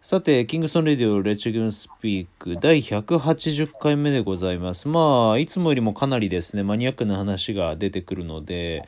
さて、キングストンレディオレッチグンスピーク第180回目でございます。まあ、いつもよりもかなりですね、マニアックな話が出てくるので、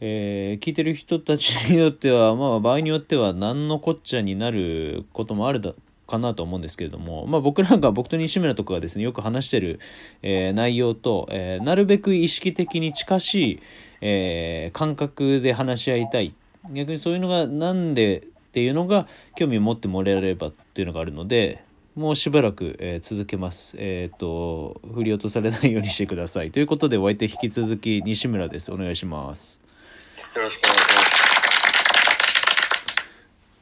えー聞いてる人たちによっては、まあ、場合によっては何のこっちゃになることもあるだかなと思うんですけれども、まあ、僕らが僕と西村とかがですねよく話してる、えー内容と、えーなるべく意識的に近しい、えー感覚で話し合いたい逆にそういうのがなんでっていうのが興味を持ってもらえればっていうのがあるのでもうしばらく、えー続けます。えっ、と、振り落とされないようにしてください。ということで、お相手引き続き西村です。お願いします。よろしくお願いします。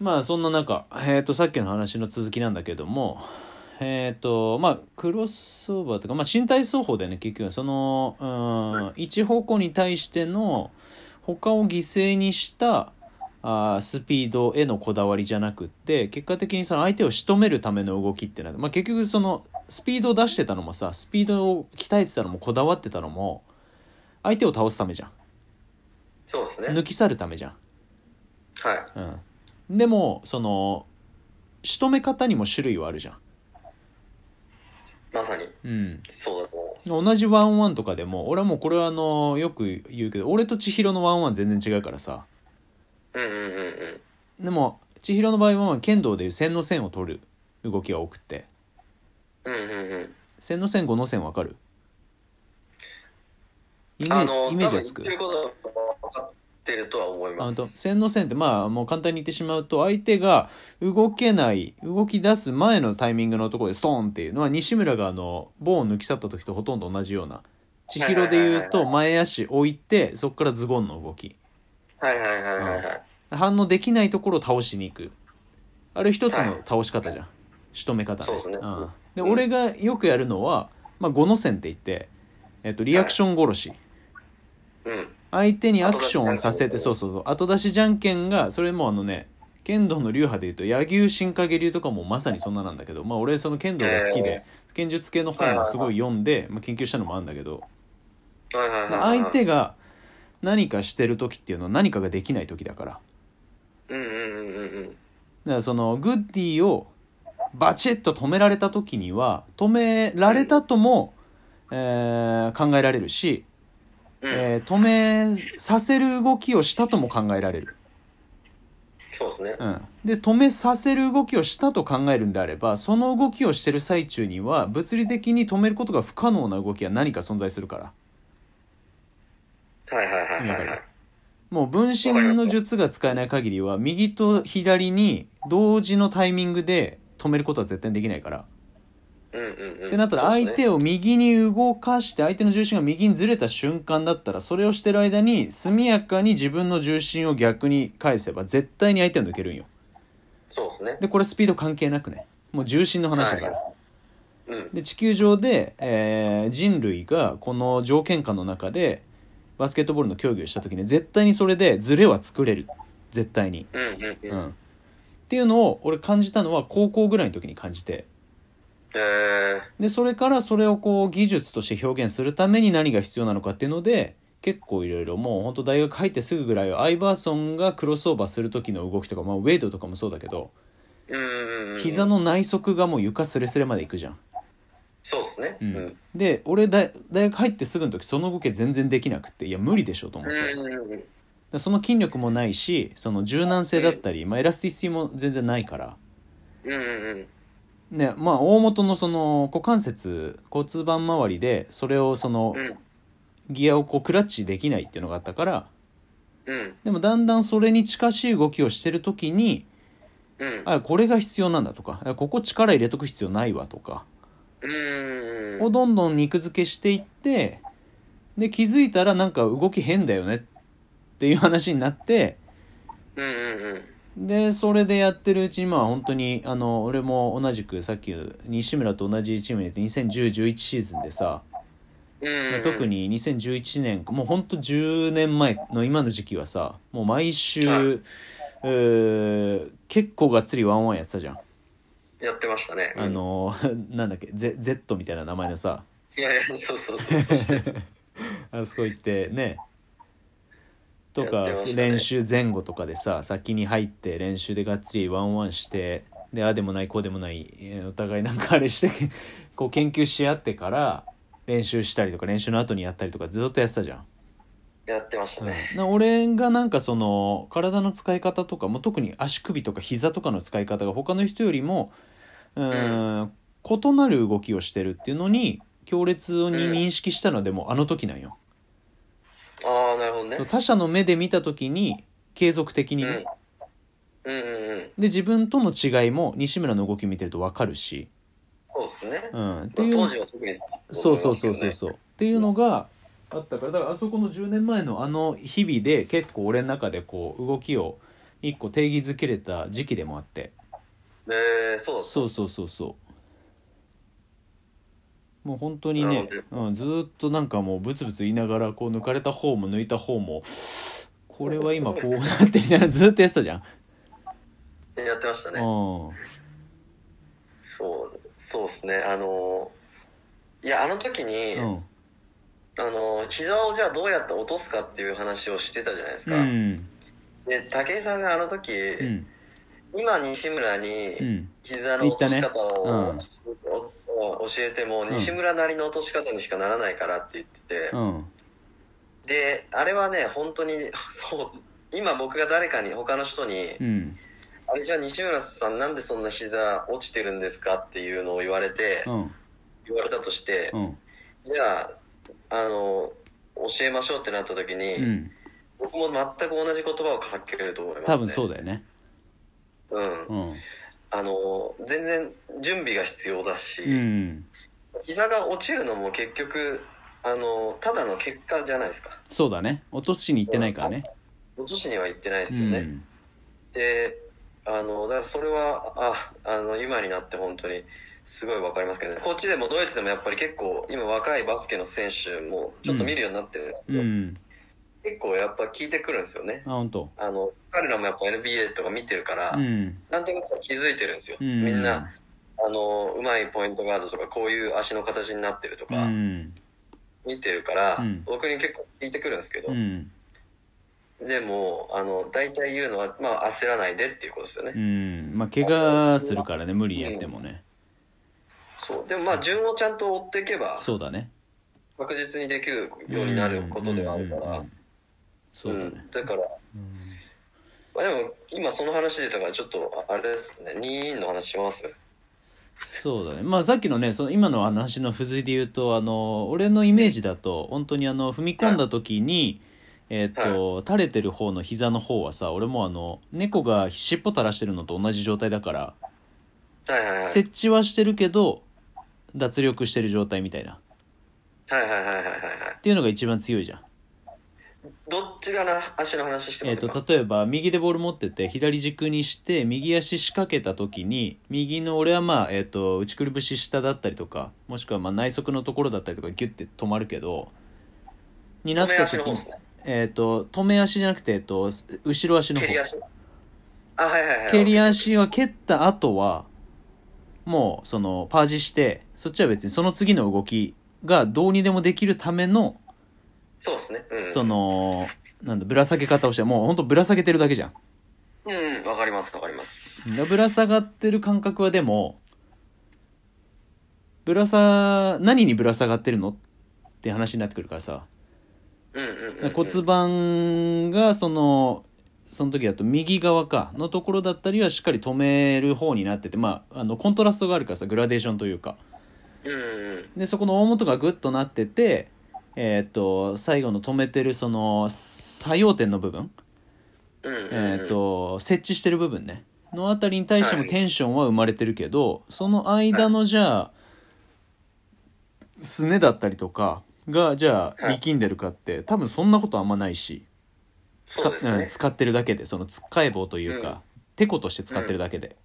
まあそんな中、えー、とさっきの話の続きなんだけどもえっ、とまあクロスオーバーというか、まあ、身体奏法だよね結局はそのうん一方向に対しての他を犠牲にしたあースピードへのこだわりじゃなくって結果的にその相手を仕留めるための動きってなる、まあ、結局そのスピードを出してたのもさスピードを鍛えてたのもこだわってたのも相手を倒すためじゃんそうですね。抜き去るためじゃんはい。うん、でもその仕留め方にも種類はあるじゃん、まさに、うん、そうだと思います。同じワンワンとかでも俺はもうこれはあのよく言うけど俺と千尋のワンワン全然違うからさうんうんうんうん。でも千尋の場合は剣道でいう線の線を取る動きが多くてうんうんうん。線の線五の線わかるイメーあの、ジイメー多分ジが言っつくてることは分かってるとは思いあまのとす。線の線ってまあもう簡単に言ってしまうと相手が動けない動き出す前のタイミングのところでストーンっていうのは西村があの棒を抜き去った時とほとんど同じような千尋で言うと前足置いてそこからズボンの動きはいはいはいはいはい。反応できないところを倒しに行くあれ一つの倒し方じゃん仕留め方ねそうですねんでうん俺がよくやるのは、まあ、五の線って言って、えっと、リアクション殺し、うん。相手にアクションをさせてそ後うそうそう後出しじゃんけんがそれもあのね剣道の流派でいうと柳生新影流とかもまさにそんななんだけどまあ俺その剣道が好きで、剣術系の本をすごい読んで、まあ、研究したのもあるんだけどはいはいはいはい。相手が何かしてる時っていうのは何かができない時だからだかうんうんうんうんうん。らそのグッディをバチッと止められた時には止められたとも、えー考えられるし、うん、えー止めさせる動きをしたとも考えられる。そうですね。うん、で止めさせる動きをしたと考えるんであればその動きをしてる最中には物理的に止めることが不可能な動きは何か存在するからはいはいはいはいわかはいる。もう分身の術が使えない限りは右と左に同時のタイミングで止めることは絶対にできないから。うんうんうん。ってなったら相そうっすね手を右に動かして相手の重心が右にずれた瞬間だったらそれをしてる間に速やかに自分の重心を逆に返せば絶対に相手を抜けるんよ。そうですね。でこれスピード関係なくねもう重心の話だから。うん。で地球上で、えー人類がこの条件下の中でバスケットボールの競技をした時に絶対にそれでズレは作れる絶対に、うんうんう。うんん、っていうのを俺感じたのは高校ぐらいの時に感じてえー、でそれからそれをこう技術として表現するために何が必要なのかっていうので結構いろいろもう本当大学入ってすぐぐらいはアイバーソンがクロスオーバーする時の動きとか、まあ、ウェイドとかもそうだけどうんうんうん。膝の内側がもう床すれすれまでいくじゃん。そうですね。ううんん。うんで俺大大学入ってすぐの時その動き全然できなくていや無理でしょと思って、だかうんうん。らその筋力もないしその柔軟性だったり、まあ、エラスティシティも全然ないから、うんうんうん。ねまあ、大元のその股関節骨盤周りでそれをそのうんギアをこうクラッチできないっていうのがあったからうんでもだんだんそれに近しい動きをしてる時にうん。あこれが必要なんだとかあここ力入れとく必要ないわとかうんをどんどん肉付けしていってで気づいたらなんか動き変だよねっていう話になってうんうんでそれでやってるうちにまあ本当にあの俺も同じくさっき西村と同じチームにいて201011シーズンでさ、うんうん。特に2011年もうほんと10年前の今の時期はさもう毎週、はいうー結構がっつりワンワンやってたじゃん、やってましたね。あの なんだっけ、Z、Z みたいな名前のさいやいや、そうそうそ うそうしてです。あそこ行ってねとやかってましたね練習前後とかでさ先に入って練習でがっつりワンワンしてでああでもないこうでもないえーお互いなんかあれして こう研究し合ってから練習したりとか練習の後にやったりとかずっとやってたじゃん。やってましたね。な俺がなんかその体の使い方とかも特に足首とか膝とかの使い方が他の人よりもうーん異なる動きをしてるっていうのに強烈に認識したのはでもあの時なんよ。ああ、なるほどねそう。他者の目で見た時に継続的にね、うんうんうん。で自分との違いも西村の動き見てると分かるし、そうですね。うん、ってまあいう当時は特にそうそうそうそうそうそそうっていうのがあったからだからあそこの10年前のあの日々で結構俺の中でこう動きを一個定義づけれた時期でもあってう。えー、そうだったそうそうそうそうもう本当になねるほ、うん、ずーっとなんかもうブツブツ言いながらこう抜かれた方も抜いた方もこれは今こうなってみたいなずーっとやってたじゃん、やってましたね。うんそう、そうですね。あのー、いや、あの時に、うんあのー、膝をじゃあどうやって落とすかっていう話をしてたじゃないですうか。んで、武井さんがあの時、うん今西村にうん膝の落とし方言を、ったねお教えても、ん西村なりの落とし方にしかならないからって言ってて、うんであれはね本当に そう今僕が誰かに他の人にうん「あれじゃあ西村さんなんでそんな膝落ちてるんですか?」っていうのを言われてうん言われたとしてうんじゃああの教えましょうってなった時うにん僕も全く同じ言葉をかけると思いますね多分そうだよねうんうんあの全然準備が必要だし、うん膝が落ちるのも結局あのただの結果じゃないですかそうだね落としに行ってないからね落としには行ってないですよね、であのだからそれはああの今になって本当にすごいわかりますけどねこっちでもドイツでもやっぱり結構今若いバスケの選手もちょっと見るようになってるんですけうん、ど、うん、結構やっぱ聞いてくるんですよねあ本当あの彼らもやっぱ NBA とか見てるから、うんなんとなく気づいてるんですよ、うんみんなあのうまいポイントガードとかこういう足の形になってるとうかん見てるから、うん僕に結構聞いてくるんですけど、うんでもあの大体言うのは、まあ、焦らないでっていうことですよね、うんまあ怪我するからね無理やってもねそうでもまあ順をちゃんと追っていけばそうだね確実にできるようになることではあるかうんうんらうんそうだねん、だうから、んまあ、でも今その話出たからちょっとあれですね2の話しますそうだねまあさっきのねその今の話の付随で言うとあの俺のイメージだと本当にあの踏み込んだ時に、えーっと垂れてる方の膝の方はさ俺もうあの猫が尻尾垂らしてるのと同じ状態だからはいはいはい設置はしてるけど脱力してる状態みたいなっはいはいはいはいはいはいていうのが一番強いじゃん、どっちがな足の話してえまー、すか、と例えば右でボール持ってて左軸にして右足仕掛けた時に右の俺はまあ、えー、と内くるぶし下だったりとかもしくはまあ内側のところだったりとかギュッて止まるけどになっ止めた足時の方にですねえー、と止め足じゃなくて、えー、とす後ろ足の方蹴り足あはいはいはい蹴り足は蹴った後はもうそのパージしてそっちは別にその次の動きがどうにでもできるためのそうですねうんそのなんだぶら下げ方をしてもうほんとぶら下げてるだけじゃんうんうんわかりますわかりますぶら下がってる感覚はでもぶらさ何にぶら下がってるのって話になってくるからさうんうんうん、うん、骨盤がそのその時だと右側かのところだったりはしっかり止める方になっててまああのコントラストがあるからさグラデーションというかうんうんでそこの大元がグッとなっててえーっと最後の止めてるその作用点の部分うんうんうんえー、と設置してる部分ねのあたりに対してもはいテンションは生まれてるけど、その間のじゃあすねだったりとかがじゃあはい力んでるかって多分そんなことあんまないしそうですんね使ってるだけでその使え棒というか、うんてことして使ってるだけで。うん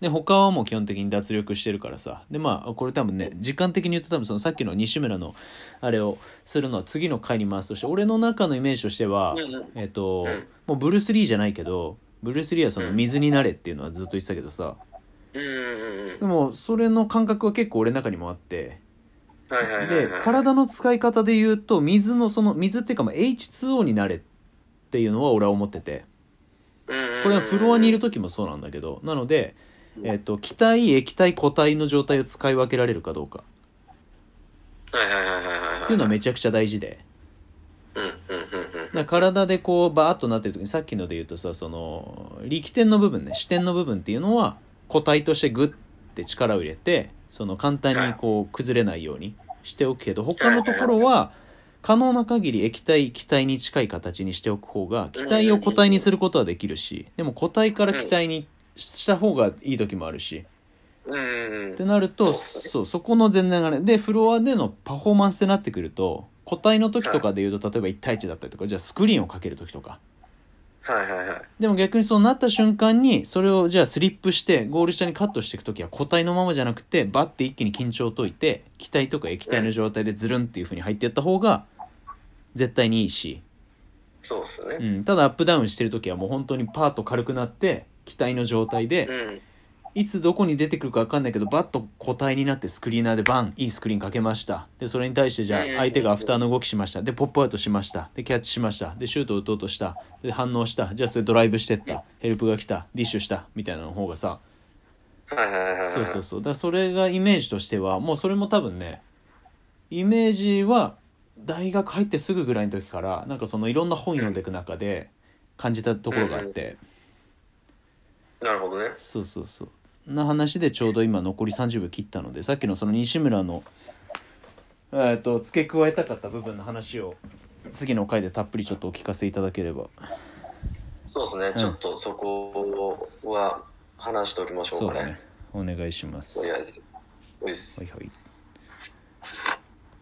で他はもう基本的に脱力してるからさでまあこれ多分ね時間的に言うと多分そのさっきの西村のあれをするのは次の回に回すとして俺の中のイメージとしては、うんうんえっ、と、うんもうブルース・リーじゃないけどブルース・リーはそのうん水になれっていうのはずっと言ってたけどさうんうんうんでもそれの感覚は結構俺の中にもあってはいはいはい、ではい、体の使い方で言うと水のその水っていうかまあ H2O になれっていうのは俺は思っててうんうんこれはフロアにいる時もそうなんだけどなので、えっと気体液体固体の状態を使い分けられるかどうかはいはいはいはいはいはいっていうのはめちゃくちゃ大事でうんうん うんうんだから体でこうバーッとなってる時にさっきので言うとさその力点の部分ね支点の部分っていうのは固体としてグッて力を入れてその簡単にこう崩れないようにしておくけど他のところは可能な限り液体気体に近い形にしておく方が気体を固体にすることはできるしでも固体から気体にした方がいい時もあるしうんうんうんってなるそとうっそすう,、ねそこの全然がねでフロアでのパフォーマンスってなってくると個体の時とかで言うと例えば1対1だったりとかじゃあスクリーンをかける時とかはいはいはいでも逆にそうなった瞬間にそれをじゃあスリップしてゴール下にカットしていく時は個体のままじゃなくてバッて一気に緊張を解いて気体とか液体の状態でズルンっていう風に入っていった方が絶対にいいし、そうっすうねん、ただアップダウンしてる時はもう本当にパーッと軽くなって気体の状態で、うんいつどこに出てくるか分かんないけどバッと個体になってスクリーナーでバンいいスクリーンかけましたでそれに対してじゃあうん相手がアフターの動きしましたでポップアウトしましたでキャッチしましたでシュートを打とうとしたで反応したじゃあそれドライブしてったヘルプが来たディッシュしたみたいなの方がさはいはいはいはいそうそうそうだからそれがイメージとしてはもうそれも多分ねイメージは大学入ってすぐぐらいの時からなんかそのいろんな本読んでいく中で感じたところがあってなるほどねそうそうそうな話でちょうど今残り30秒切ったのでさっきのその西村の、えー、と付け加えたかった部分の話を次の回でたっぷりちょっとお聞かせいただければそうですね、ちょっとそこは話しておきましょそううかねだねお願いしますとりあえずういっすはいはい